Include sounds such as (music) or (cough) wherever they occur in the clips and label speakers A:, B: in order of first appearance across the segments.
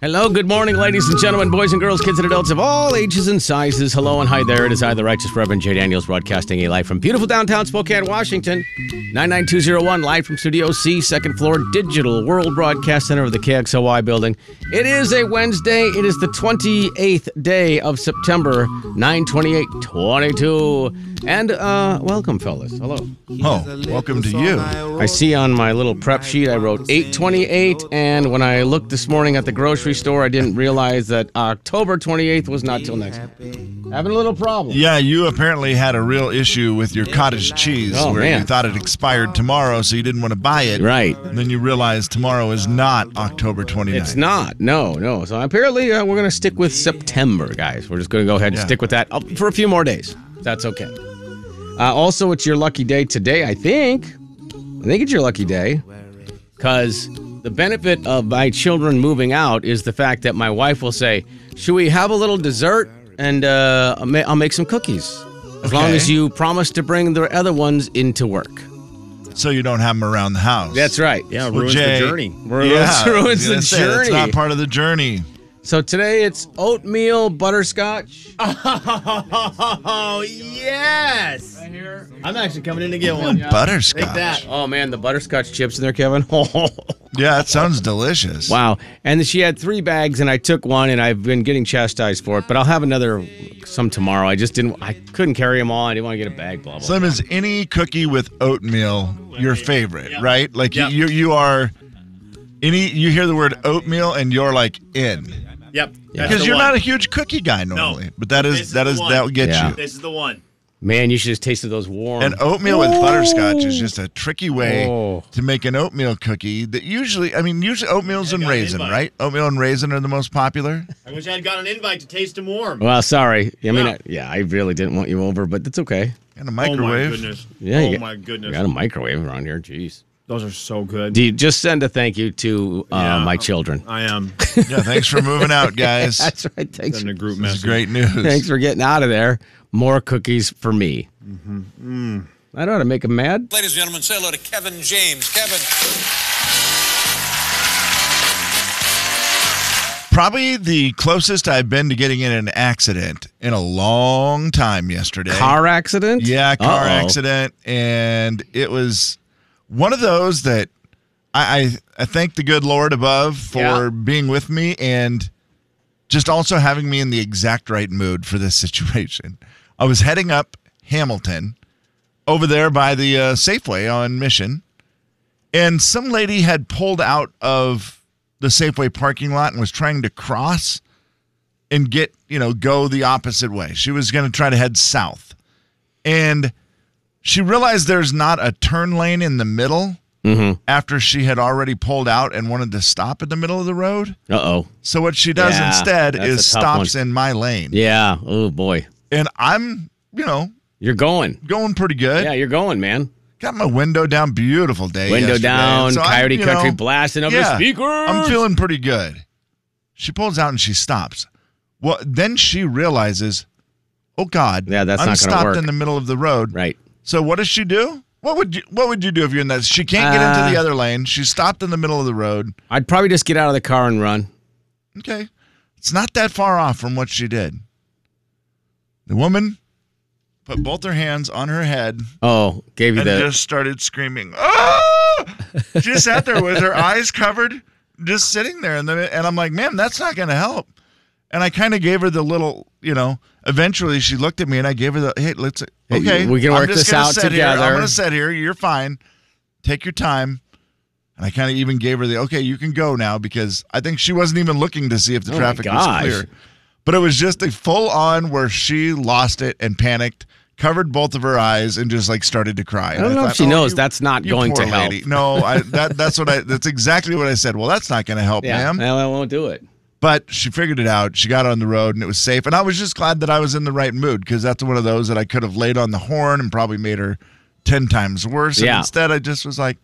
A: Hello, good morning, ladies and gentlemen, boys and girls, kids and adults of all ages and sizes. Hello and hi there. It is I, the Righteous Reverend Jay Daniels, broadcasting a live from beautiful downtown Spokane, Washington. 99201, live from Studio C, second floor, Digital World Broadcast Center of the KXOY building. It is a Wednesday. It is the 28th day of September, 928 22. And, uh, welcome, fellas. Hello.
B: Oh, welcome to you.
A: I see on my little prep sheet I wrote 828 and when I looked this morning at the grocery store I didn't realize that October 28th was not till next. Having a little problem.
B: Yeah, you apparently had a real issue with your cottage cheese
A: Oh,
B: where
A: man.
B: you thought it expired tomorrow, so you didn't want to buy it.
A: Right.
B: And then you realized tomorrow is not October 29th.
A: It's not. No, no. So apparently uh, we're going to stick with September, guys. We're just going to go ahead and
B: Yeah.
A: stick with that uh, for a few more days. That's okay. Uh, also, it's your lucky day today, I think. I think it's your lucky day because the benefit of my children moving out is the fact that my wife will say, Should we have a little dessert? And uh, I'll ma- I'll make some cookies. As long
B: Okay.
A: as you promise to bring the other ones into work.
B: So you don't have them around the house.
A: That's right. Yeah,
B: Well, Jay,
A: Ruins, (laughs)
B: yeah, I was
A: ruins the
B: gonna say,
A: journey.
B: It's not part of the journey.
A: So today it's oatmeal butterscotch.
C: Oh yes! I'm actually coming in to get one.
B: Butterscotch.
C: Take that.
A: Oh man, the butterscotch chips in there, Kevin. (laughs)
B: Yeah, that sounds delicious.
A: wow. And she had three bags, and I took one, and I've been getting chastised for it. But I'll have another some tomorrow. I just didn't. I couldn't carry them all. I didn't want to get a bag. Blah blah.
B: Slim, is any cookie with oatmeal your favorite, right? Like
C: Yeah.
B: you, you are any you hear the word oatmeal and you're like in.
C: Yep.
B: Because you're not a huge cookie guy normally, but that
C: This
B: is
C: is
B: that
C: the
B: is
C: one.
B: that will get
A: Yeah.
B: you.
C: This is the one.
A: man, you should have tasted those warm.
B: And oatmeal with butterscotch is just a tricky way
A: Oh.
B: to make an oatmeal cookie that usually, I mean, usually oatmeal's and
C: got an
B: raisin,
C: invite.
B: right? Oatmeal and raisin are the most popular.
C: I wish I'd got an invite to taste them warm.
B: Oh,
A: well, sorry. I mean,
C: Yeah.
A: I, yeah, I really didn't want you over, but it's okay.
B: And a
C: oh my
B: microwave.
C: goodness.
A: Yeah,
C: oh
A: you got-
C: my goodness.
A: We got a microwave around here. Jeez.
C: Those are so good.
A: Do you just send a thank you to uh,
C: Yeah.
A: my children?
C: I
A: (laughs)
C: am.
B: yeah, thanks for moving
C: (laughs)
B: out, guys. That's
A: That's right. Thanks.
C: Send a group
B: this is
C: message.
B: great news.
A: Thanks for getting out of there. More cookies for me.
B: Mm-hmm.
A: I don't ought to make him mad.
D: Ladies and gentlemen, say hello to Kevin James. Kevin.
B: Probably the closest I've been to getting in an accident in a long time yesterday.
A: Car accident?
B: Yeah, car
A: Uh-oh.
B: accident, and it was one of those that I I, I thank the good Lord above for
A: Yeah.
B: being with me and just also having me in the exact right mood for this (laughs) situation. I was heading up Hamilton over there by the uh, Safeway on Mission, and some lady had pulled out of the Safeway parking lot and was trying to cross and get you know go the opposite way. She was going to try to head south and she realized there's not a turn lane in the middle after she had already pulled out and wanted to stop in the middle of the road.
A: Uh oh.
B: So what she does
A: Yeah,
B: instead
A: that's
B: is
A: a tough
B: stops in my lane.
A: Yeah. Oh boy.
B: And I'm, you know,
A: You're going.
B: going pretty good.
A: Yeah, you're going, man.
B: Got my window down, beautiful day.
A: Window
B: yesterday.
A: down,
B: So I'm,
A: coyote
B: you
A: country
B: know,
A: blasting over the
B: yeah,
A: speakers.
B: I'm feeling pretty good. She pulls out and she stops. Well, then she realizes, oh God,
A: Yeah, that's
B: I'm
A: not gonna
B: stopped
A: work.
B: in the middle of the road.
A: right.
B: So what does she do? What would you What would you do if you're in that? She can't get into the
A: Uh,
B: other lane. She stopped in the middle of the road.
A: I'd probably just get out of the car and run.
B: Okay, it's not that far off from what she did. The woman put both her hands on her head
A: Oh, gave you
B: and
A: the
B: just started screaming. Oh! She sat there with
A: (laughs)
B: her eyes covered, just sitting there. And then, and I'm like, ma'am, that's not going to help. And I kind of gave her the little, you know. Eventually, she looked at me, and I gave her the, hey, let's,
A: Hey,
B: okay,
A: we can
B: I'm
A: work
B: just
A: this
B: gonna
A: out
B: sit here. I'm
A: together.
B: going to sit here. You're fine. Take your time. And I kind of even gave her the, okay, you can go now because I think she wasn't even looking to see if the
A: Oh my
B: traffic was
A: gosh.
B: clear. But it was just a full on where she lost it and panicked, covered both of her eyes, and just like started to cry. I "Oh,
A: don't know if she knows that's not
B: you
A: going
B: poor
A: to help."
B: lady." No, I, that that's what I. That's exactly what I said. Well, that's not going to help,
A: Yeah,
B: ma'am.
A: no, I won't do it.
B: But she figured it out. She got on the road and it was safe. And I was just glad that I was in the right mood because that's one of those that I could have laid on the horn and probably made her ten times worse. And
A: Yeah.
B: instead, I just was like,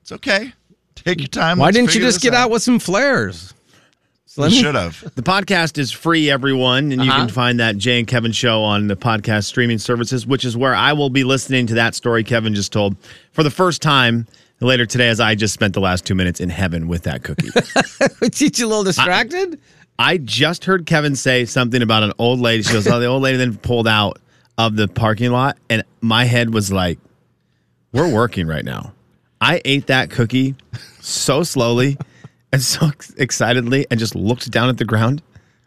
B: "It's okay. Take your time."
A: Why
B: Let's
A: didn't you
B: figure
A: just
B: this
A: get out with some flares?
B: You
A: Slim? (laughs)
B: should have.
C: The podcast is free, everyone, and you
A: Uh-huh.
C: can find that Jay and Kevin show on the podcast streaming services, which is where I will be listening to that story Kevin just told for the first time later today, as I just spent the last two minutes in heaven with that cookie.
A: (laughs) Would you a little distracted?
C: I just heard Kevin say something about an old lady. She goes, "Oh, the old lady then pulled out of the parking lot," and my head was like, "We're working right now." I ate that cookie so slowly and so ex- excitedly, and just looked down at the ground.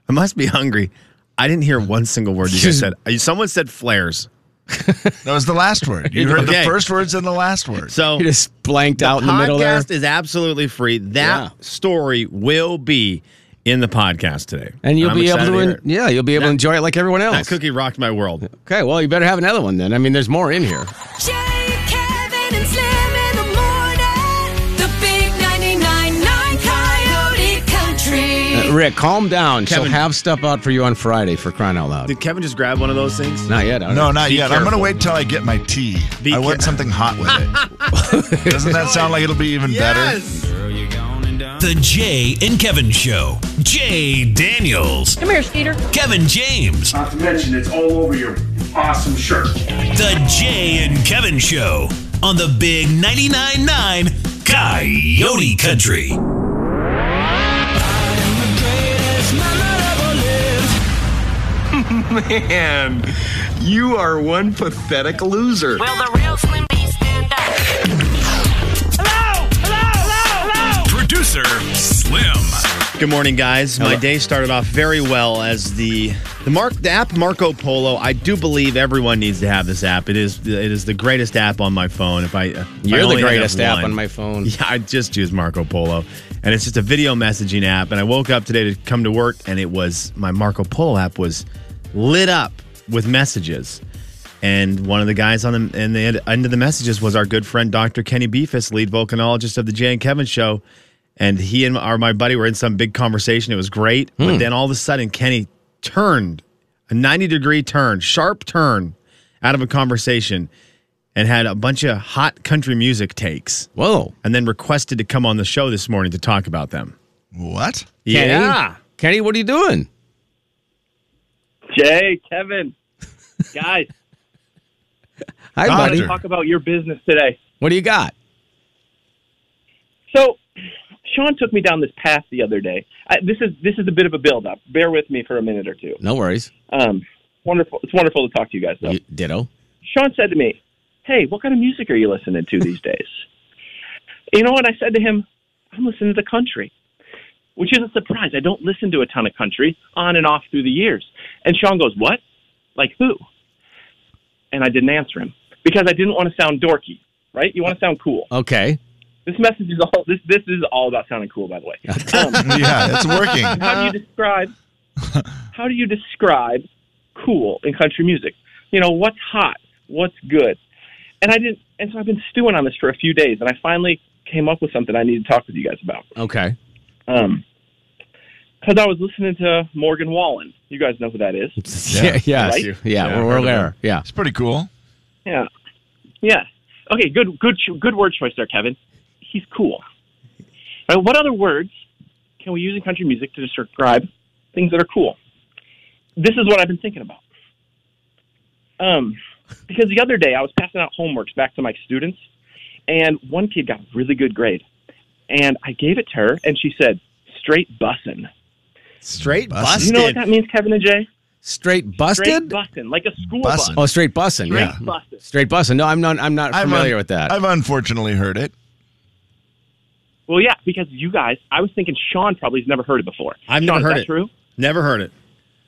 C: I must be hungry. I didn't hear one single word you guys said.
A: (laughs)
C: Uh, Someone said flares,
B: That was the
A: (laughs)
B: last word. You heard
C: Okay.
B: the first words and the last word.
C: so
A: you (laughs) just blanked out in the middle there.
C: podcast is absolutely free. That
A: Yeah.
C: story will be in the podcast today,
A: And you'll
C: I'm
A: be able
C: excited
A: to,
C: hear
A: en-
C: it.
A: yeah, you'll be able to enjoy it like everyone
C: That
A: else.
C: cookie rocked my world.
A: Okay, well, you better have another one then. I mean, there's more in
C: (laughs)
A: here.
E: Jay, Kevin, and Slim in the morning. The big 99.9 Coyote Country.
A: Uh, Rick, calm down.
C: Kevin-
A: She'll have stuff out for you on Friday for crying out loud.
C: Did Kevin just grab one of those things?
A: Not yet. all right.
B: no, not
C: Be
B: yet. Uh, I'm going
C: careful.
B: to wait till I get my tea.
C: Be
B: I want
C: care-
B: something hot with
C: (laughs)
B: it. Doesn't that sound like it'll be even better?
F: The Jay and Kevin Show. Jay Daniels.
E: Come here, Skeeter.
F: Kevin James.
G: Not to mention, it's all over your awesome shirt.
F: The Jay and Kevin Show on the Big 99.9 9 Coyote Country.
H: You are one pathetic loser.
E: Will the real Slim B stand up? Hello! Hello! Hello! Hello!
F: Producer Slim.
C: Good morning, guys. My day started off very well as the the Mark the app Marco Polo. I do believe everyone needs to have this app. It is it is the greatest app on my phone. If I if I
A: You're
C: only
A: the
C: had
A: greatest app
C: one.
A: on my phone.
C: (laughs) Yeah, I just use Marco Polo, and it's just a video messaging app. And I woke up today to come to work, and it was my Marco Polo app was lit up with messages. And one of the guys on the and the end- end of the messages was our good friend Dr. Kenny Beefus, lead volcanologist of the Jay and Kevin Show. And he and our my buddy were in some big conversation. It was great, but then all of a sudden, Kenny turned a ninety degree turn, sharp turn, out of a conversation, and had a bunch of hot country music takes
A: Whoa.
C: and then requested to come on the show this morning to talk about them.
B: What?
A: Kenny? Kenny, what are you doing?
H: Jay, Kevin,
A: (laughs)
H: guys,
A: Hi, buddy.
B: Doctor.
H: talk about your business today.
A: What do you got?
H: So, Sean took me down this path the other day. I, this is this is a bit of a buildup. Bear with me for a minute or two.
A: No worries.
H: Um, wonderful. It's wonderful to talk to you guys. Though.
A: You- ditto.
H: Sean said to me, "Hey, what kind of music are you listening to these days?" (laughs) You know what I said to him? I'm listening to the country, which is a surprise. I don't listen to a ton of country on and off through the years. And Sean goes, "What? Like who?" And I didn't answer him because I didn't want to sound dorky, right? You want to sound cool.
A: Okay.
H: This message is all this. This is all about sounding cool, by
I: (laughs)
H: the way. Um,
B: Yeah, it's working.
H: how do you describe? How do you describe cool in country music? You know what's hot, what's good, and I didn't. And so I've been stewing on this for a few days, and I finally came up with something I need to talk with you guys about.
A: Okay.
H: Um 'cause I was listening to Morgan Wallen. You guys know who that is.
A: (laughs) Yeah. Yeah.
H: Right?
A: Yeah.
C: Yeah,
A: we're,
C: heard
A: we're
C: of
A: there. Yeah.
B: It's pretty cool.
H: Yeah. Yeah. Okay, good good cho- good word choice there, Kevin. He's cool. All right, what other words can we use in country music to describe things that are cool? This is what I've been thinking about. Um, because the other day I was passing out homeworks back to my students, and one kid got a really good grade. And I gave it to her, and she said, straight bussin'.
C: Straight
B: Busted.
C: busted.
H: You know what that means, Kevin and Jay?
A: Straight
H: Straight
A: busted?
H: bussin', like a school
B: Bussin'.
H: bus.
A: oh, straight bussing.
H: Straight
A: Yeah.
H: bussin'.
A: Straight bussing. No, I'm not. I'm not
B: I'm
A: familiar
B: un-
A: with that.
B: I've unfortunately heard it.
H: Well, yeah, because you guys, I was thinking Sean probably has never heard it before.
C: I've
H: Sean,
C: never
H: is
C: heard
H: that
C: it.
H: True.
C: Never heard it.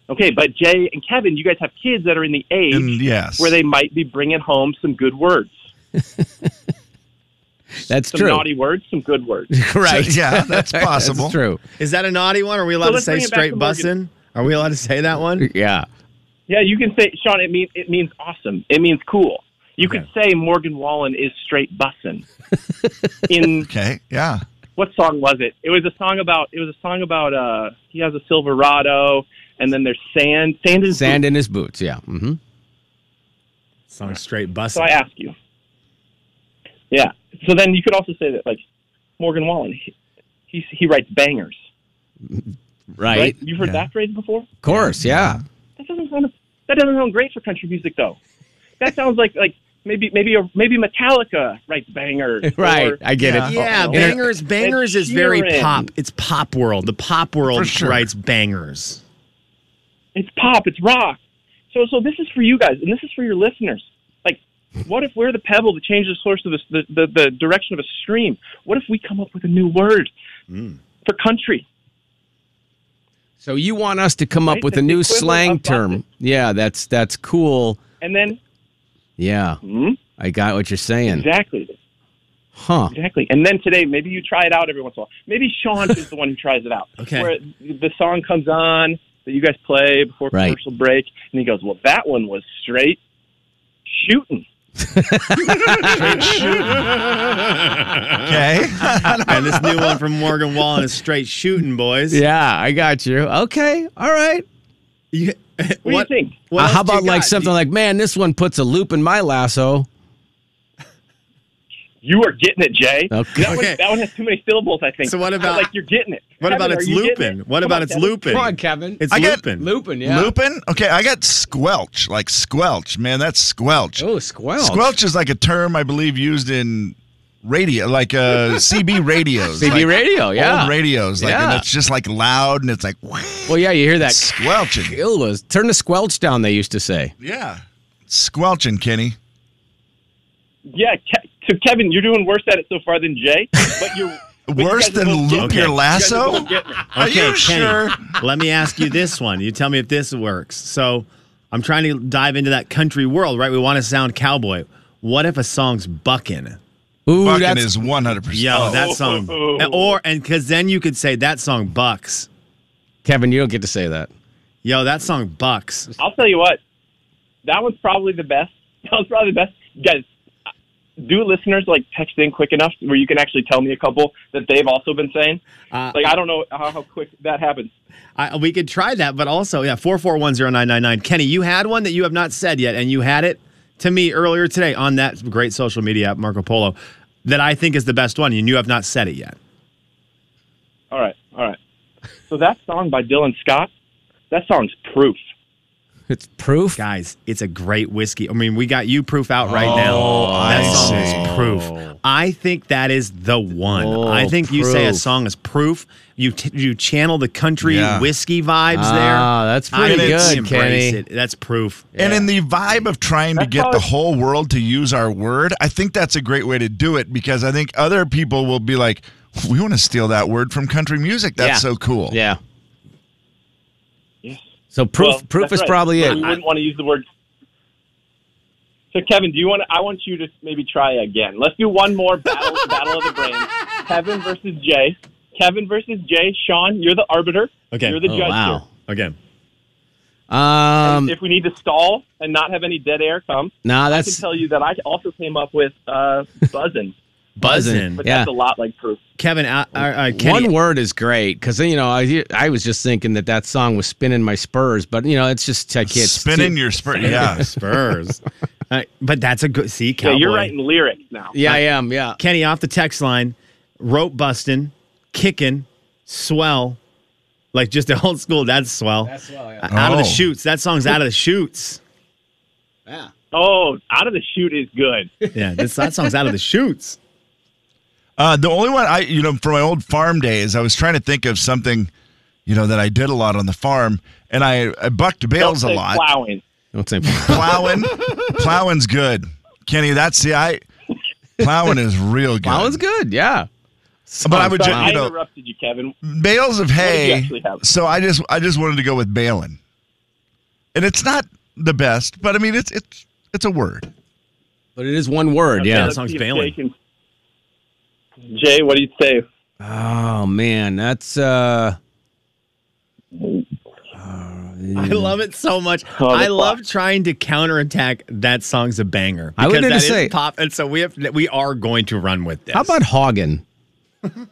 H: Okay, but Jay and Kevin, you guys have kids that are in the age
B: And yes. (laughs)
H: where they might be bringing home some good words,
A: That's
H: some
A: true.
H: naughty words, some good words.
A: right.
B: (laughs) yeah, that's possible.
A: That's true.
C: Is that a naughty one? Are we allowed
H: So
C: to
H: let's
C: say
H: bring it back
C: straight
H: to Morgan.
C: bussin'? Are we allowed to say
A: (laughs)
C: that one?
A: Yeah.
H: Yeah, you can say, Sean. It means it means awesome. It means cool. You could say Morgan Wallen is straight bussin. In
B: Okay. Yeah.
H: what song was it? It was a song about. It was a song about. Uh, he has a Silverado, and then there's sand. Sand is
A: Sand in his boots. Yeah. Mm-hmm.
C: Song straight
H: So I
C: busting.
H: ask you. Yeah. So then you could also say that like Morgan Wallen, he he, he writes bangers,
A: Right.
H: right? You've heard that phrase before.
A: Of course. Yeah.
H: That doesn't sound that doesn't sound great for country music though. That sounds like like maybe maybe a, maybe Metallica writes bangers.
A: Right.
H: or-
A: I get it.
C: Yeah,
A: Oh, no.
C: bangers. Bangers is very
H: Sheeran.
C: pop. It's pop world. The pop world
B: sure.
C: writes bangers.
H: it's pop, it's rock. So so this is for you guys, and this is for your listeners. Like, what if we're the pebble that changes the source of the the, the, the direction of a stream? What if we come up with a new word for country?
A: So you want us to come up
H: Right,
A: with
H: the
A: a new
H: equivalent
A: slang
H: of
A: term?
H: bucket.
A: Yeah. That's that's cool.
H: And then
A: Yeah. I got what you're saying.
H: Mm-hmm. exactly.
A: Huh.
H: Exactly. And then today, maybe you try it out every once in a while. Maybe Sean
C: (laughs)
H: is the one who tries it out.
C: Okay.
H: Where the song comes on that you guys play before
A: Right.
H: commercial break, and he goes, "Well, that one was straight shooting."
B: Okay.
H: (laughs)
C: and this new one from Morgan Wallen is straight shooting, boys.
A: Yeah, I got you. Okay. All right.
C: You- (laughs) what,
H: do you think?
C: what
A: Uh,
C: else
A: how
C: do you
A: about like
C: got?
A: something like, man, this one puts a loop in my lasso.
H: You are getting it, Jay.
B: Uh,
A: Okay.
H: That,
C: (laughs) Okay.
H: One, that one has too many syllables, I think.
C: So what
H: I
C: about-
H: like you're getting it?
C: What about
H: Kevin,
C: it's
H: are you getting
C: Lupin?
H: it?
C: What
H: Come
C: about
H: on,
C: it's
H: Kevin.
C: Lupin?
A: Come on, Kevin.
C: It's
B: I get-
C: Lupin.
A: Lupin, yeah.
B: Lupin? Okay, I got squelch, like squelch, man. That's squelch.
A: Oh, squelch.
B: Squelch is like a term I believe used in radio, like uh, CB
A: (laughs)
B: radios,
A: CB
B: like
A: radio, yeah.
B: old radios, like and
A: Yeah.
B: it's just like loud and it's like
A: Well, yeah, you hear that.
B: squelching.
A: It was turn the squelch down. They used to say.
B: Yeah, squelching, Kenny.
H: Yeah. Ke- so Kevin, you're doing worse at it so far than Jay, but you're but you
B: Worse
H: guys are
B: than
H: both getting
B: loop
H: it. You
B: your
C: Okay.
H: guys are
B: lasso.
H: both getting it.
B: Are you sure?
C: (laughs) Let me ask you this one. You tell me if this works. So I'm trying to dive into that country world, right? We want to sound cowboy. What if a song's bucking?
A: Ooh,
B: Bucking
A: that's
B: is one hundred percent.
C: Yo, that
B: (laughs)
C: song. and- Or, and because then you could say that song bucks.
A: Kevin. You don't get to say that.
C: Yo, that song bucks.
H: I'll tell you what. That one's probably the best. (laughs) That was probably the best. Guys, do listeners like text in quick enough where you can actually tell me a couple that they've also been saying? like I don't know how, how quick that happens.
C: I, we could try that, but also, yeah, 4410999. Kenny, you had one that you have not said yet, and you had it to me earlier today on that great social media app, Marco Polo, that I think is the best one, and you have not said it yet.
H: All right, all right. So that song by Dylan Scott, that song's proof.
A: It's proof.
C: Guys, it's a great whiskey. I mean, we got you proof out right
A: Oh,
C: now. That
B: I
C: song
B: see.
C: is proof. I think that is the one.
A: Oh,
C: I think you say a
A: proof.
C: song is proof. You t- you channel the country
B: Yeah.
C: whiskey vibes
A: Ah,
C: there.
A: that's
C: I
A: pretty
C: think
A: good,
C: you embrace
A: Kenny.
C: It. That's proof.
B: And in the vibe of trying to
H: That's
B: get
H: how
B: the
H: it-
B: whole world to use our word, I think that's a great way to do it because I think other people will be like, we want to steal that word from country music. That's
A: Yeah.
B: so cool.
A: Yeah.
H: Yes.
A: So proof.
H: Well,
A: proof
H: that's
A: is
H: right.
A: probably
H: So
A: it.
H: We wouldn't want to use the word. So Kevin, do you want? To, I want you to maybe try again. Let's do one more battle, (laughs) battle of the brains. Kevin versus Jay. Kevin versus Jay. Sean, you're the arbiter.
C: Okay.
H: You're the
A: Oh,
H: judge.
A: wow.
C: Again.
A: Um.
H: Here. If we need to stall and not have any dead air come,
A: Nah,
H: I can
A: that's
H: tell you that I also came up with uh,
A: (laughs)
H: buzzing,
A: buzzing.
C: Buzzin'.
H: but
A: Yeah.
H: that's a lot like proof.
C: Kevin, uh, uh, uh, Kenny,
A: One word is great because you know I I was just thinking that that song was spinning my spurs, but you know it's just I can't
B: Spinning your spur.
A: (laughs)
B: Yeah.
C: Spurs. Uh, but that's a good. See,
H: Yeah,
C: cowboy.
H: you're writing lyrics now.
A: Yeah, I am. Yeah.
C: Kenny off the text line, rope busting, kicking, swell, like just (laughs) the old school. That's swell. That's swell. Yeah. Out of the
B: Oh.
C: shoots. That song's out of the shoots.
H: Oh, out of the shoot is good.
C: Yeah, this, that song's out of the shoots.
B: Uh, the only one I, you know, from my old farm days, I was trying to think of something, you know, that I did a lot on the farm and I, I bucked
H: Don't
B: bales a
H: say
B: lot.
H: plowing.
A: Don't say.
H: (laughs)
A: (laughs)
B: Plowing. Plowing's good. Kenny, that's the, I, plowing is real good.
A: Plowing's good. Yeah.
B: But I would
H: Sorry,
B: just, you
H: I
B: know,
H: interrupted you, Kevin.
B: bales of
H: did you
B: hay.
H: actually have?
B: So I just I just wanted to go with baling, and it's not the best, but I mean it's it's it's a word.
A: But it is one word.
H: Okay,
A: Yeah.
C: that
H: let's
C: song's
H: see if
C: bailing.
H: Jay, can- Jay, what do you say?
A: Oh man, that's uh
C: I love it so much.
H: Oh, the
C: I love trying to counterattack that song's a banger.
A: I was
C: because
A: gonna
C: that is
A: say-
C: pop, and so we have we are going to run with this.
A: How about
C: (laughs)
A: Hagen?
B: Hagen.
A: (laughs)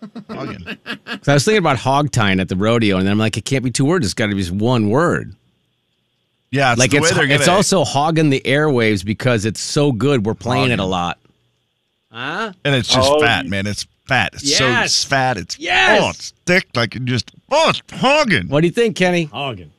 A: 'Cause I was thinking about hogtying at the rodeo, and then I'm like, it can't be two words. It's got to be just one word.
B: Yeah, it's
A: like
B: the
A: it's
B: way they're
A: it's
B: gonna-
A: also hogging the airwaves because it's so good. We're playing it a lot. Huh?
B: and it's just
H: Oh,
B: fat, man. It's fat. It's so
A: Yes.
B: it's fat. It's
A: Yes.
B: oh, it's thick. Like it just oh, it's hogging.
A: What do you think,
C: (laughs)
A: Kenny?
C: Hagen?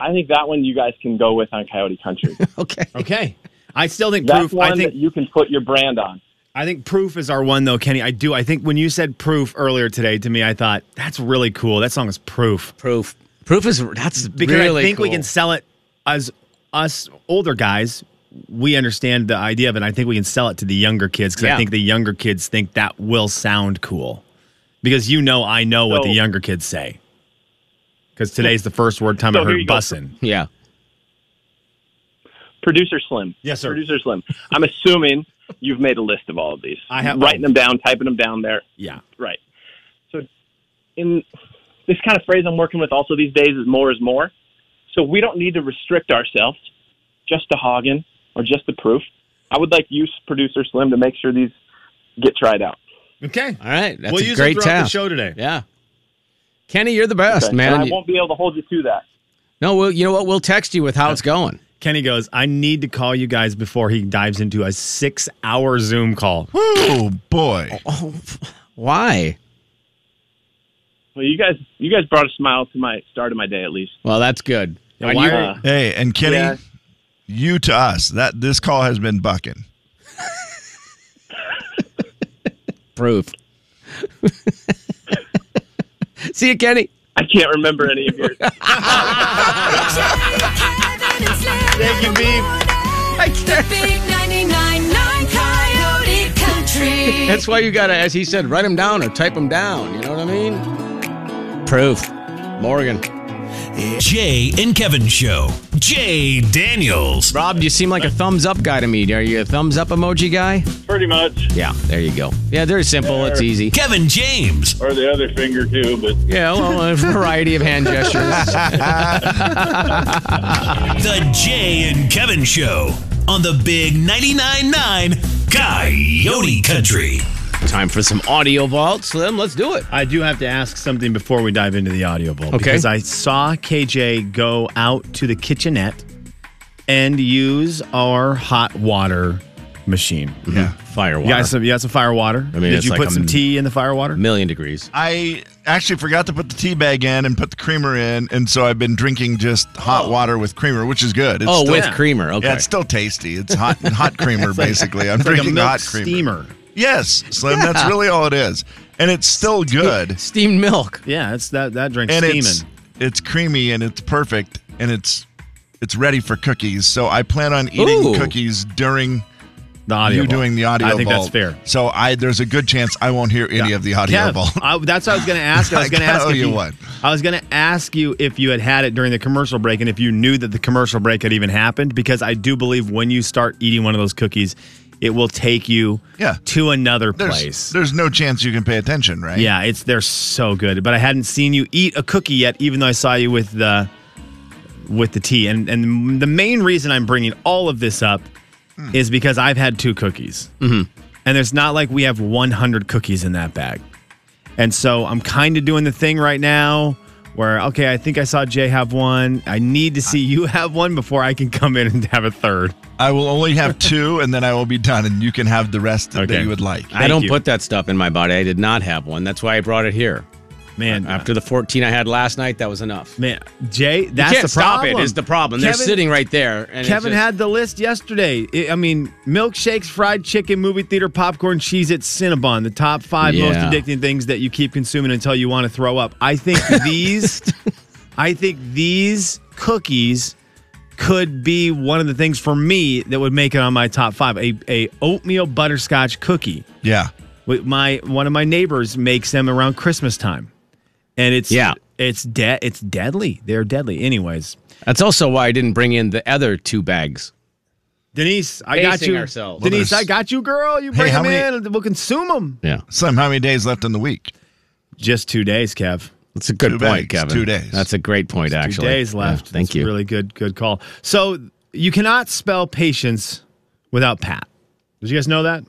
H: I think that one you guys can go with on Coyote
C: (laughs)
H: Country.
A: Okay.
C: Okay. I still think
H: That's
C: proof.
H: one
C: I think
H: that you can put your brand on.
C: I think proof is our one though, Kenny. I do. I think when you said proof earlier today to me, I thought that's really cool. That song is proof
A: Proof. Proof is that's
C: because
A: really
C: I think we
A: cool.
C: can sell it as us older guys. We understand the idea of it. and I think we can sell it to the younger kids because
A: Yeah.
C: I think the younger kids think that will sound cool. Because you know, I know what the
H: So-
C: younger kids say. Because today's the first word time
H: So
C: I
H: here
C: heard
H: you go.
C: bussin.
A: Yeah.
H: Producer Slim.
C: Yes, sir.
H: Producer Slim. I'm assuming you've made a list of all of these.
C: I have-
H: Writing them down, typing them down there.
C: Yeah.
H: Right. So, in this kind of phrase I'm working with also these days is more is more. So we don't need to restrict ourselves just to Hagen or just to proof. I would like you, producer Slim, to make sure these get tried out.
C: Okay.
A: All right. That's
C: we'll
A: a
C: use
A: great
C: it throughout
A: task.
C: the show today.
A: Yeah. Kenny, you're the best,
H: Okay?
A: man.
H: And I won't be able to hold you to that.
A: no, we'll, you know what? We'll text you with how it's going.
C: Kenny goes, I need to call you guys before he dives into a six hour Zoom call.
B: Oh boy.
A: Why?
H: Well, you guys, you guys brought a smile to my start of my day, at least. Uh,
A: Well, that's good.
C: Yeah,
A: And
C: why
A: you're-
C: are-
B: Hey, and Kenny,
H: Yeah.
B: you to us. That this call has been bucking.
A: proof. (laughs) See you, Kenny.
H: I can't remember any of yours.
E: Kevin and Slim
C: Thank you,
E: in the
C: Beef.
E: morning.
A: I can't-
E: The big 99.9 Coyote Country.
A: That's why you gotta, as he said, write them down or type them down. You know what I mean? Proof. Morgan.
F: Jay and Kevin Show. Jay Daniels.
A: Rob, you seem like a thumbs up guy to me. Are you a thumbs up emoji guy?
J: Pretty much,
A: Yeah, there you go. Yeah, they're simple. It's easy.
F: Kevin James.
J: or the other finger too, but
A: Yeah, well, a variety of hand gestures.
F: The Jay and Kevin Show on the Big 99.9 9 Coyote Country.
A: (laughs) Time for some audio vault, Slim. Let's do it.
C: I do have to ask something before we dive into the audio vault.
A: Okay.
C: Because I saw KJ go out to the kitchenette and use our hot water machine.
B: Yeah.
A: Firewater.
C: You got some you got some fire water?
A: I mean,
C: Did
A: it's
C: you
A: like
C: put some
A: I'm-
C: tea in the fire water?
A: million degrees.
B: I actually forgot to put the tea bag in and put the creamer in, and so I've been drinking just hot water with creamer, which is good. It's
A: oh,
B: still-
A: with creamer. Okay.
B: Yeah, it's still tasty. It's (laughs) hot hot creamer basically. I'm
C: It's like a
B: drinking the
C: milk
B: hot creamer.
C: steamer.
B: Yes, Slim, that's really all it is. And it's still good.
A: Steamed milk.
C: Yeah, it's that that drink's
B: And
C: steaming.
B: it's it's creamy and it's perfect and it's it's ready for cookies. So I plan on eating
A: Ooh.
B: cookies during
C: the audio
B: you
C: vault.
B: doing the audio
C: I think
B: vault.
C: that's fair.
B: So I there's a good chance I won't hear any of the audio
C: Kev,
B: vault. (laughs)
C: I, that's what I was going to ask. I was
B: I
C: going to
B: gotta
C: ask
B: owe
C: if
B: you
C: you,
B: one.
C: I was going to ask you if you had had it during the commercial break and if you knew that the commercial break had even happened because I do believe when you start eating one of those cookies, it will take you
B: Yeah.
C: to another
B: There's
C: place.
B: there's no chance you can pay attention, right?
C: yeah, it's they're so good, but I hadn't seen you eat a cookie yet, even though I saw you with the with the tea. And and the main reason I'm bringing all of this up
B: Hmm.
C: is because I've had two cookies, mm-hmm. and it's not like we have 100 cookies in that bag. And so I'm kind of doing the thing right now where okay, I think I saw Jay have one. I need to see you have one before I can come in and have a third.
B: I will only have two, and then I will be done, and you can have the rest that
C: Okay.
B: you would like.
A: I
C: Thank
A: don't
C: you.
A: put that stuff in my body. I did not have one. That's why I brought it here.
C: Man,
A: After the 14 I had last night, that was enough.
C: man, Jay, that's
A: you can't
C: the
A: stop
C: problem.
A: it. Is the problem? They're
C: Kevin-
A: sitting right there. And it's
C: Kevin
A: just-
C: had the list yesterday. I- I mean, milkshakes, fried chicken, movie theater popcorn, cheese at Cinnabon, the top five most
A: Yeah.
C: addicting things that you keep consuming until you want to throw up.
A: (laughs)
C: I think these I think these cookies could be one of the things for me that would make it on my top five. A, a oatmeal butterscotch cookie.
B: Yeah.
C: With my one of my neighbors makes them around Christmas time. And it's
A: Yeah.
C: it's dead it's deadly. They're deadly. Anyways.
A: That's also why I didn't bring in the other two bags.
C: Denise, I
A: Pacing
C: got you.
A: ourselves. Well,
C: Denise,
B: there's-
C: I got you, girl. You bring
B: how
C: them
B: many-
C: in, and we'll consume them.
A: Yeah.
B: Slim, how many days left in the week?
C: Just two days, Kev.
A: That's a good
B: Too
A: point,
B: bad it's
A: Kevin.
B: two days.
A: That's a great point, actually.
C: Two days
A: Yeah,
C: left.
A: thank
C: That's a
A: you.
C: Really good, good call. So you cannot spell patience without Pat. Did you guys know that?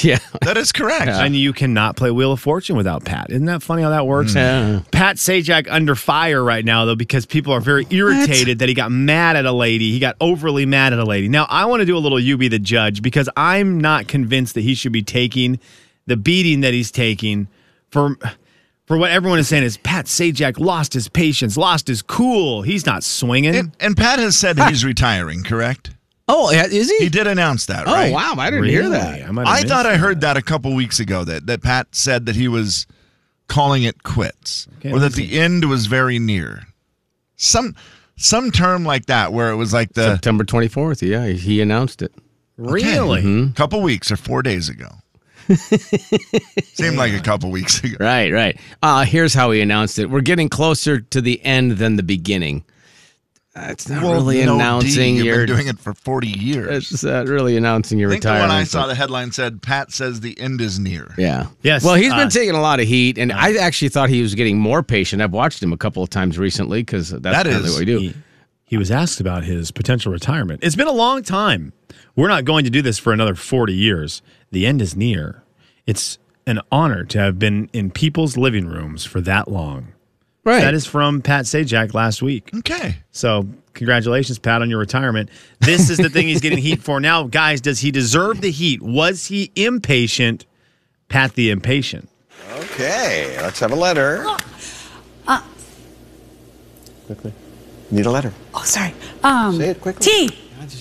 A: (laughs) yeah,
B: That is correct.
C: And you cannot play Wheel of Fortune without Pat. Isn't that funny how that works?
A: Mm-hmm.
C: Pat Sajak under fire right now though because people are very irritated that he got mad at a lady. He got overly mad at a lady. Now I want to do a little you be the judge because I'm not convinced that he should be taking the beating that he's taking for for what everyone is saying is Pat Sajak lost his patience, lost his cool. He's not swinging.
B: And, and Pat has said he's retiring, correct?
A: Oh, is he?
B: He did announce that,
A: Oh,
B: right?
A: wow, I didn't hear
C: Really?
A: that.
C: I, might have
B: I
C: missed
B: thought I
C: that.
B: heard that a couple weeks ago that, that Pat said that he was calling it quits or that the end was very near. Some some term like that where it was like the
A: September 24th. Yeah, he announced it.
C: Really?
B: couple weeks or 4
A: (laughs)
B: days ago. Seemed like a couple weeks ago.
A: Right, right. Uh, here's how he announced it. We're getting closer to the end than the beginning. Uh, it's not really
B: no, D,
A: announcing
B: you've
A: your.
B: been
A: (laughs)
B: doing it for 40 years.
A: It's not really announcing your
B: I think the
A: retirement.
B: one I saw the headline said Pat says the end is near.
A: Yeah.
C: Yes,
A: Well, he's been
C: uh,
A: taking a lot of heat, and I actually thought he was getting more patient. I've watched him a couple of times recently because that's
B: That
A: apparently
B: is-
A: what we do.
C: he, he was asked about his potential retirement. It's been a long time. We're not going to do this for another 40 years. The end is near. It's an honor to have been in people's living rooms for that long.
A: right.
C: That is from Pat Sajak last week.
B: Okay.
C: So, congratulations, Pat, on your retirement. This is the thing he's getting heat for now. Guys, does he deserve the heat? Was he impatient? Pat the impatient.
K: Okay, let's have a letter. Quickly. Need a letter.
E: Oh, sorry. Um,
K: Say it quickly.
E: T.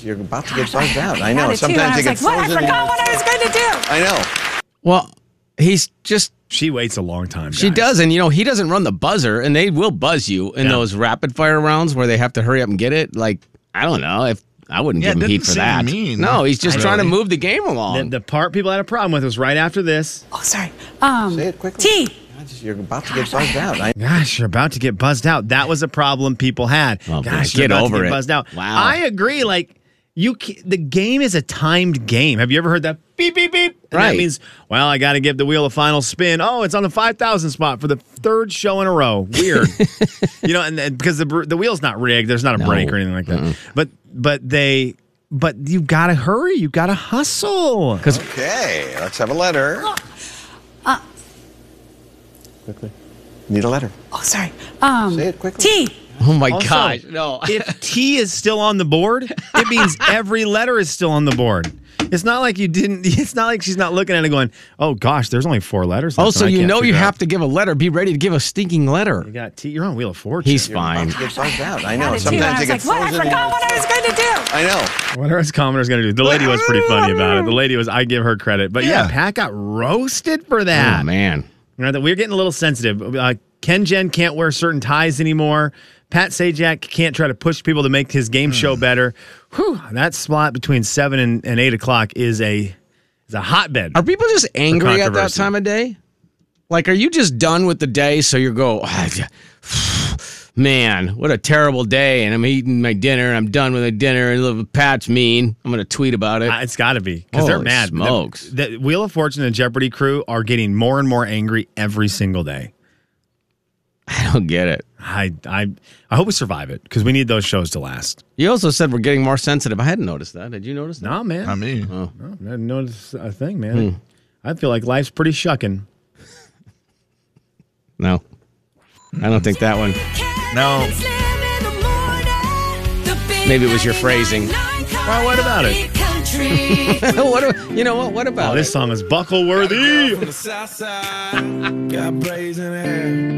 K: You're about to get
E: I
K: buzzed out.
E: had-
K: I
E: had
K: know.
E: it too, and
K: Sometimes
E: I
K: you
E: was
K: get
E: like, what? I
K: frozen. in
E: forgot
K: your-
E: what I was going to do.
K: I know.
A: well, he's just
C: She waits a long time.
A: She
C: guys.
A: does, and you know he doesn't run the buzzer, and they will buzz you in
C: Yeah.
A: those rapid fire rounds where they have to hurry up and get it. Like I don't know if I wouldn't
B: Yeah,
A: give him
B: it
A: heat
B: didn't
A: for
B: seem
A: that.
B: mean,
A: no, he's just trying to
B: really.
A: move the game along.
C: The, the part people had a problem with was right after this.
E: Oh, sorry. Um,
K: Say it quickly.
E: T.
K: You're about to get buzzed out. I
C: Gosh, you're about to get buzzed out. That was a problem people had.
A: Oh,
C: Gosh,
A: boy,
C: you're
A: get
C: about to
A: over
C: get
A: it.
C: Buzzed out.
A: Wow.
C: I agree. Like you, ca- the game is a timed game. Have you ever heard that? Beep beep beep. And
A: Right.
C: That means well, I got to give the wheel a final spin. Oh, it's on the five thousand spot for the third show in a row.
A: (laughs)
C: Weird. you know, and, and because the br- the wheel's not rigged, there's not a
A: No.
C: break or anything like that. But but they but you got to hurry. You got to hustle.
K: Okay, let's have a letter. Quickly. Need a letter.
E: Oh, sorry. Um,
K: Say it quickly.
E: T.
A: (laughs) oh my
C: Also,
A: gosh, no!
C: if T is still on the board, it
A: (laughs)
C: means every letter is still on the board. It's not like you didn't. (laughs) It's not like she's not looking at it going, "Oh gosh, there's only four letters." left
A: also,
C: and I
A: Oh, you
C: can't
A: know you
C: figure
A: have
C: out."
A: to give a letter. Be ready to give a stinking letter.
C: You got T. You're on Wheel of Fortune.
A: He's
K: You're about
A: fine.
K: to get buzzed out. I
E: Had
K: know.
E: it too, and
K: Sometimes
E: I
K: you
E: was
K: get
E: like, what? I
K: frozen. in your-
E: forgot what I was going to do.
K: I know.
C: What are his commenters going to do? The lady was pretty funny about it. The lady was. I give her credit, but yeah,
B: Yeah.
C: Pat got roasted for that.
A: Oh man,
C: You know, that we're getting a little sensitive. Uh, Ken Jen can't wear certain ties anymore. Pat Sajak can't try to push people to make his game
A: Hmm.
C: show better. Whew, that spot between seven and, and eight o'clock is a is a hotbed.
A: are people just angry at that
C: controversy.
A: time of day? Like, are you just done with the day? So you go, "Ah, yeah. (sighs) man, what a terrible day, and I'm eating my dinner, and I'm done with my dinner, and look, Pat's mean. I'm gonna tweet about it.
C: Uh, it's got to be because they're
A: Holy
C: mad. The-
A: smokes.
C: The, Wheel of Fortune and Jeopardy crew are getting more and more angry every single day.
A: (laughs) I don't get it.
C: I I I hope we survive it because we need those shows to last.
A: You also said we're getting more sensitive. I hadn't noticed that. Did you notice that?
C: No man, Oh,
B: I mean,
A: Oh.
C: no, I didn't notice a thing, man.
A: Hmm.
C: I feel like life's pretty shucking.
A: No. I don't think that one. (laughs)
B: no.
A: Maybe it was your phrasing.
E: Well,
C: what about it?
E: (laughs)
A: what a- you know what? What about
C: Oh, this
A: it?
C: song is buckle worthy.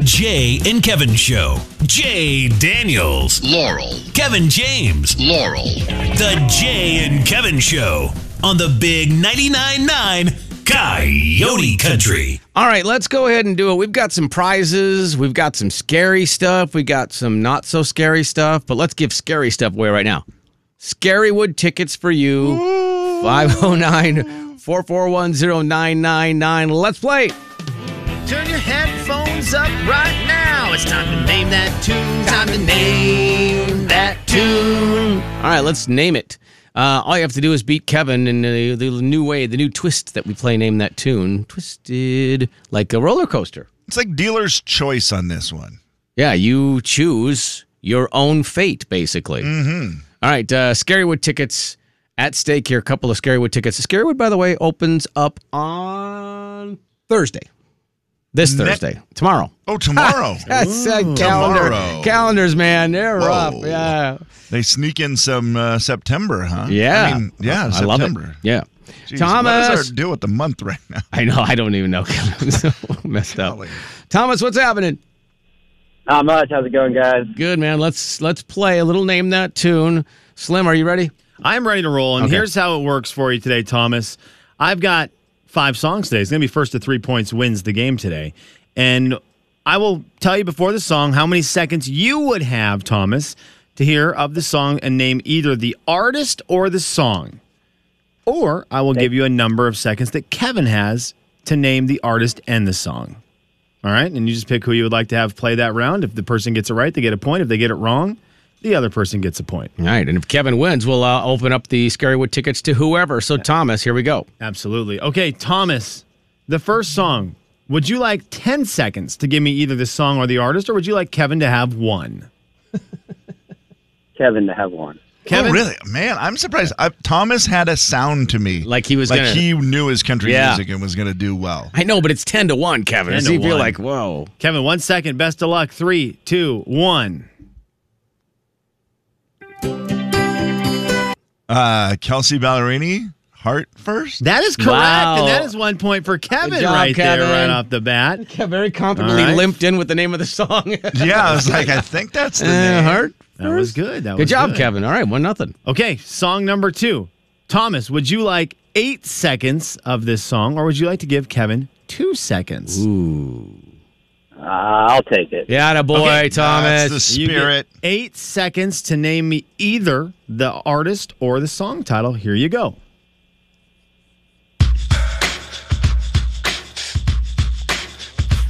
F: Jay and Kevin Show. Jay Daniels. Laurel. Kevin James. Laurel. The Jay and Kevin Show on the Big 99.9 9 Coyote Country.
A: All right, let's go ahead and do it. We've got some prizes. We've got some scary stuff. We got some not so scary stuff. But let's give scary stuff away right now. Scarywood tickets for you. 509 4410999. Let's play.
C: Turn your headphones up right now. It's time to name that tune. Time to name that tune.
A: All right, let's name it. Uh, all you have to do is beat Kevin in the, the new way, the new twist that we play. Name that tune, twisted like a roller coaster.
B: It's like dealer's choice on this one.
A: Yeah, you choose your own fate, basically. Mm-hmm. right, uh, Scarywood tickets at stake here. A couple of Scarywood tickets. Scarywood, by the way, opens up on Thursday. This
B: Ne-
A: Thursday, tomorrow.
B: Oh, tomorrow.
A: (laughs) That's uh, calendar.
B: Tomorrow.
A: Calendars, man, they're
B: Whoa.
A: up. Yeah,
B: They sneak in some uh, September, huh?
A: yeah,
B: I mean, yeah,
A: I love
B: September.
A: it. Yeah,
B: Jeez, What
A: Thomas.
B: is our deal with the month right now? (laughs)
A: I know. I don't even know. (laughs) I'm so messed up. Thomas, what's happening?
L: Not much. How's it going, guys?
A: Good man. Let's let's play a little. Name that tune. Slim, are you ready?
C: I'm ready to roll. And
A: Okay.
C: here's how it works for you today, Thomas. I've got five songs today. It's going to be first to three points wins the game today. And I will tell you before the song how many seconds you would have, Thomas, to hear of the song and name either the artist or the song. Or I will give you a number of seconds that Kevin has to name the artist and the song. All right. And you just pick who you would like to have play that round. If the person gets it right, they get a point. If they get it wrong, the other person gets a point.
A: All right, and if Kevin wins, we'll uh, open up the Scarywood tickets to whoever. So Thomas, here we go.
C: Absolutely. Okay, Thomas, the first song. Would you like 10 seconds to give me either the song or the artist, or would you like Kevin to have one?
L: Kevin to have one.
C: Kevin?
B: Oh, really? Man, I'm surprised. I, Thomas had a sound to me. Like
A: he was
B: like
A: gonna-
B: he knew his country
A: Yeah.
B: music and was going to do well.
A: I know, but it's 10 to 1, Kevin.
C: 10
A: So
C: to
A: you feel
C: one.
A: like, whoa.
C: Kevin, one second. Best of luck. Three, two, one.
B: Uh, Kelsey Ballerini, Heart
A: (laughs)
B: First.
C: That is correct. And that is one point for Kevin
A: Good job,
C: right
A: Kevin.
C: there, right off the bat.
A: Yeah, very competently
C: All right.
A: limped in with the name of the song. (laughs)
B: Yeah, I (laughs) was like, I think that's the name.
A: Heart.
C: That was good. That
A: Good
C: was
A: job,
C: good.
A: Kevin. All right, one nothing.
C: Okay, song number two. Thomas, would you like eight seconds of this song, or would you like to give Kevin two seconds?
A: Ooh.
L: I'll take it.
A: Yeah, the boy,
C: Okay.
A: Thomas. (laughs)
C: You get eight seconds to name me either the artist or the song title. Here you go.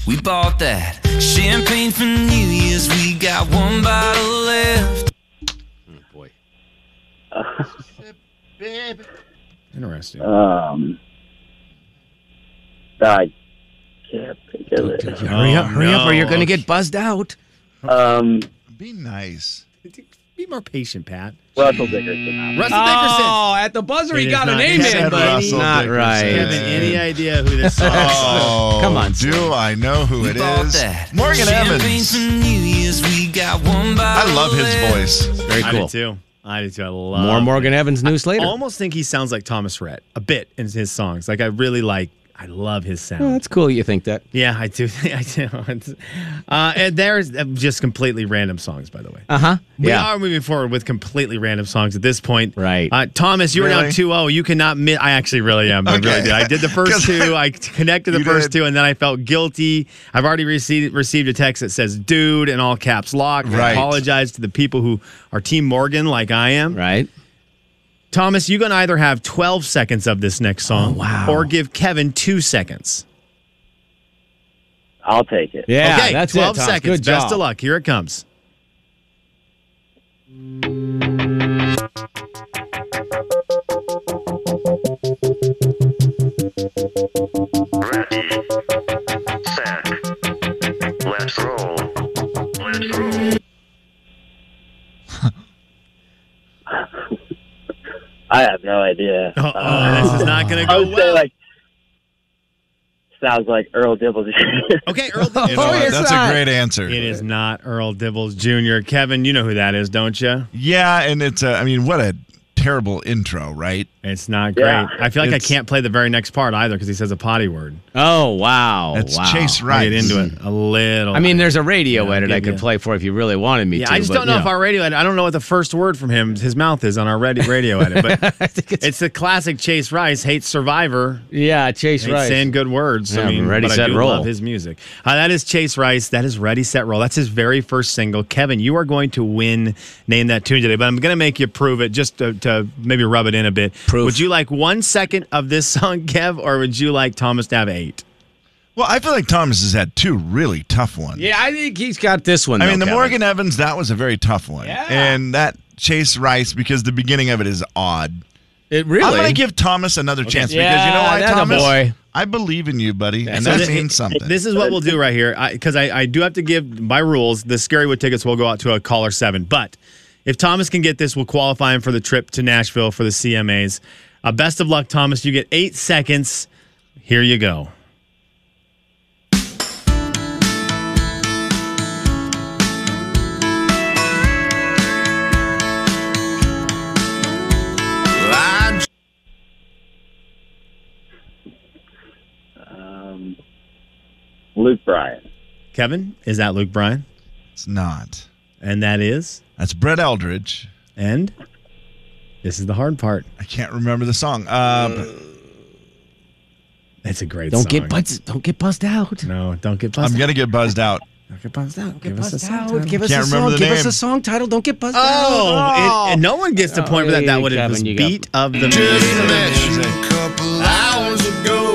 M: We bought that champagne for New Year's. We got one bottle left.
C: Oh, (laughs) Interesting.
L: Um, I can't think of it.
A: Hurry up, hurry up, or you're going to get buzzed out.
L: Um,
B: Be nice.
C: Be more patient, Pat.
L: Russell Dickerson.
C: Russell
A: Oh, at the buzzer,
C: Dickerson.
A: he got a
C: It
A: name in,
C: is not Kevin.
A: but
C: Any-
A: not
C: Kevin,
A: right.
C: any idea who this song is?
B: Oh,
A: Come on,
B: Do I know who it
M: Bought
B: is?
M: that
B: Morgan
M: champagne
B: Evans.
M: for New Year's. We got one bottle
B: I love his
M: left.
B: voice.
A: Very
C: I do
A: cool.
C: too. I do too. Oh I love
A: More Morgan Evans news
C: I
A: later.
C: almost think he sounds like Thomas Rhett a bit in his songs. Like I really like. I love his sound.
A: Oh, that's cool you think that.
C: Yeah, I do. (laughs) I do. (laughs) It's- Uh, and there's uh, just completely random songs, by the way.
A: Uh huh.
C: We
A: Yeah.
C: are moving forward with completely random songs at this point.
A: Right.
C: Uh, Thomas, you are now
B: Really?
C: 2 0. You cannot miss. I actually really am. I really
B: Okay.
C: did. I
B: (laughs)
C: did the first
B: 'Cause
C: two. I connected the
B: You
C: first
B: did.
C: two, and then I felt guilty. I've already received received a text that says dude in all caps lock. I
B: Right.
C: apologize to the people who are Team Morgan like I am.
A: Right.
C: Thomas, you can either have 12 seconds of this next song
A: Oh, wow.
C: or give Kevin two seconds.
L: I'll take it.
A: Yeah,
C: okay,
A: that's
C: 12
A: it, Thomas.
C: seconds.
A: Good
C: Best
A: job.
C: of luck. Here it comes.
N: Ready. Set. Let's roll. Let's roll.
L: I have no idea.
C: Uh-oh, this is not going to
L: I
C: go
L: would say
C: well.
L: like sounds like Earl (laughs) Dibbles.
C: Okay, Earl.
B: You know
A: Oh,
B: what?
A: it's
B: That's
A: not.
B: a great answer.
C: It is not Earl Dibbles Jr. Kevin, you know who that is, don't you?
B: Yeah, and it's. Uh, I mean, what a terrible intro, right?
C: It's not great.
L: Yeah.
C: I feel like
B: It's-
C: I can't play the very next part either because he says a potty word.
A: Oh, wow.
B: That's
A: wow.
B: Chase
C: I
B: Rice.
C: get into it a little.
A: I mean, there's a radio
C: Yeah,
A: edit I
C: give
A: could
C: you-
A: play for if you really wanted me
C: yeah,
A: to.
C: I just
A: but,
C: don't know
A: you
C: if our radio edit. I don't know what the first word from him, his mouth is on our radio radio edit, but it's, the classic Chase Rice hates Survivor.
A: Yeah, Chase
C: He's
A: Rice.
C: saying good words.
A: Yeah,
C: I mean,
A: Ready,
C: but
A: Set,
C: I do
A: Roll.
C: love his music. Uh, that is Chase Rice. That is Ready, Set, Roll. That's his very first single. Kevin, you are going to win Name That Tune today, but I'm going to make you prove it just to, to maybe rub it in a bit. Proof. Would you like one second of this song, (laughs) Kev, or would you like Thomas to have eight?
B: Well, I feel like Thomas has had two really tough ones.
A: yeah, I think he's got this one.
B: I
A: though,
B: mean, the
A: Kevin.
B: Morgan Evans that was a very tough one,
A: Yeah.
B: and that Chase Rice because the beginning of it is odd.
A: It really.
B: I'm gonna give Thomas another chance because you know
A: Yeah,
B: why,
A: that a
B: Thomas?
A: boy.
B: I believe in you, buddy, and
C: So
B: that
C: thi-
B: means something.
C: This is what we'll do right here, because I, I, do have to give by rules. The Scarywood tickets will go out to a caller seven, but if Thomas can get this, we'll qualify him for the trip to Nashville for the CMAs. Uh, best of luck, Thomas. You get eight seconds. Here you go.
L: Um, Luke Bryan.
C: Kevin, is that Luke Bryan?
B: It's not.
C: And that is?
B: That's Brett Eldridge.
C: And this is the hard part.
B: I can't remember the song. Uh, but-
C: It's a great
B: Don't
C: song.
B: get buzzed-
A: Don't get buzzed out.
C: No, don't get
B: I'm
C: buzzed
B: gonna get buzzed out.
C: Don't get buzzed out.
A: Give
C: us a
A: us
C: song
A: out.
C: title.
A: Give us
C: Can't
A: a song.
C: remember the
A: Give us
C: name.
A: a song title. Don't get buzzed
C: Oh,
A: out.
C: it- and no one gets the point for that.
A: Oh,
C: That would have been beat of the music.
O: couple hours ago.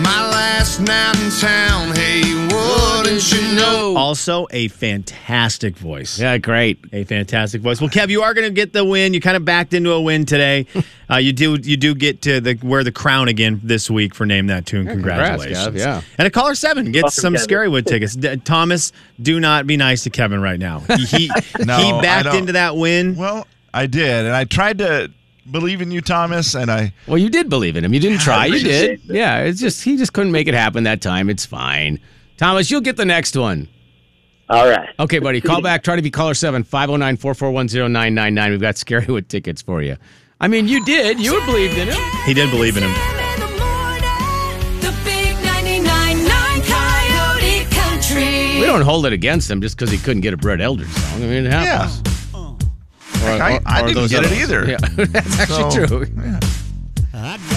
O: My last night in town. Hey, wouldn't you know?
C: Also, a fantastic voice.
A: Yeah, great.
C: A fantastic voice. Well, Kev, you are going to get the win. You kind of backed into a
A: (laughs)
C: win today. uh, you do you do get to the wear the crown again this week for name that tune.
A: congrats,
C: Congratulations!
A: Kev, yeah.
C: and a caller seven gets
A: Welcome,
C: some
A: Kevin.
C: Scarywood tickets. D- Thomas, do not be nice to Kevin right now.
A: (laughs)
C: He he,
B: No,
C: he
B: I
C: backed
B: don't.
C: into that win.
B: Well, I did, and I tried to believe in you, Thomas, and I.
A: Well, you did believe in him. You didn't try. You did.
B: appreciate
A: Yeah, it's just he just couldn't make it happen that time. It's fine. Thomas, you'll get the next one.
L: All right.
A: Okay, buddy. Call back. Try to be caller oh 7 509 441 999. We've got Scarywood tickets for you. I mean, you did. You believed in him.
C: He did believe in him.
E: The big 99.9 Coyote Country.
A: We don't hold it against him just because he couldn't get a Brett Eldridge song. I mean, it happens. Or-
B: I- I
A: or
B: didn't
A: those
B: get it
A: other ones. (laughs)
B: either.
A: Yeah, that's actually
B: So,
A: true.
B: yeah.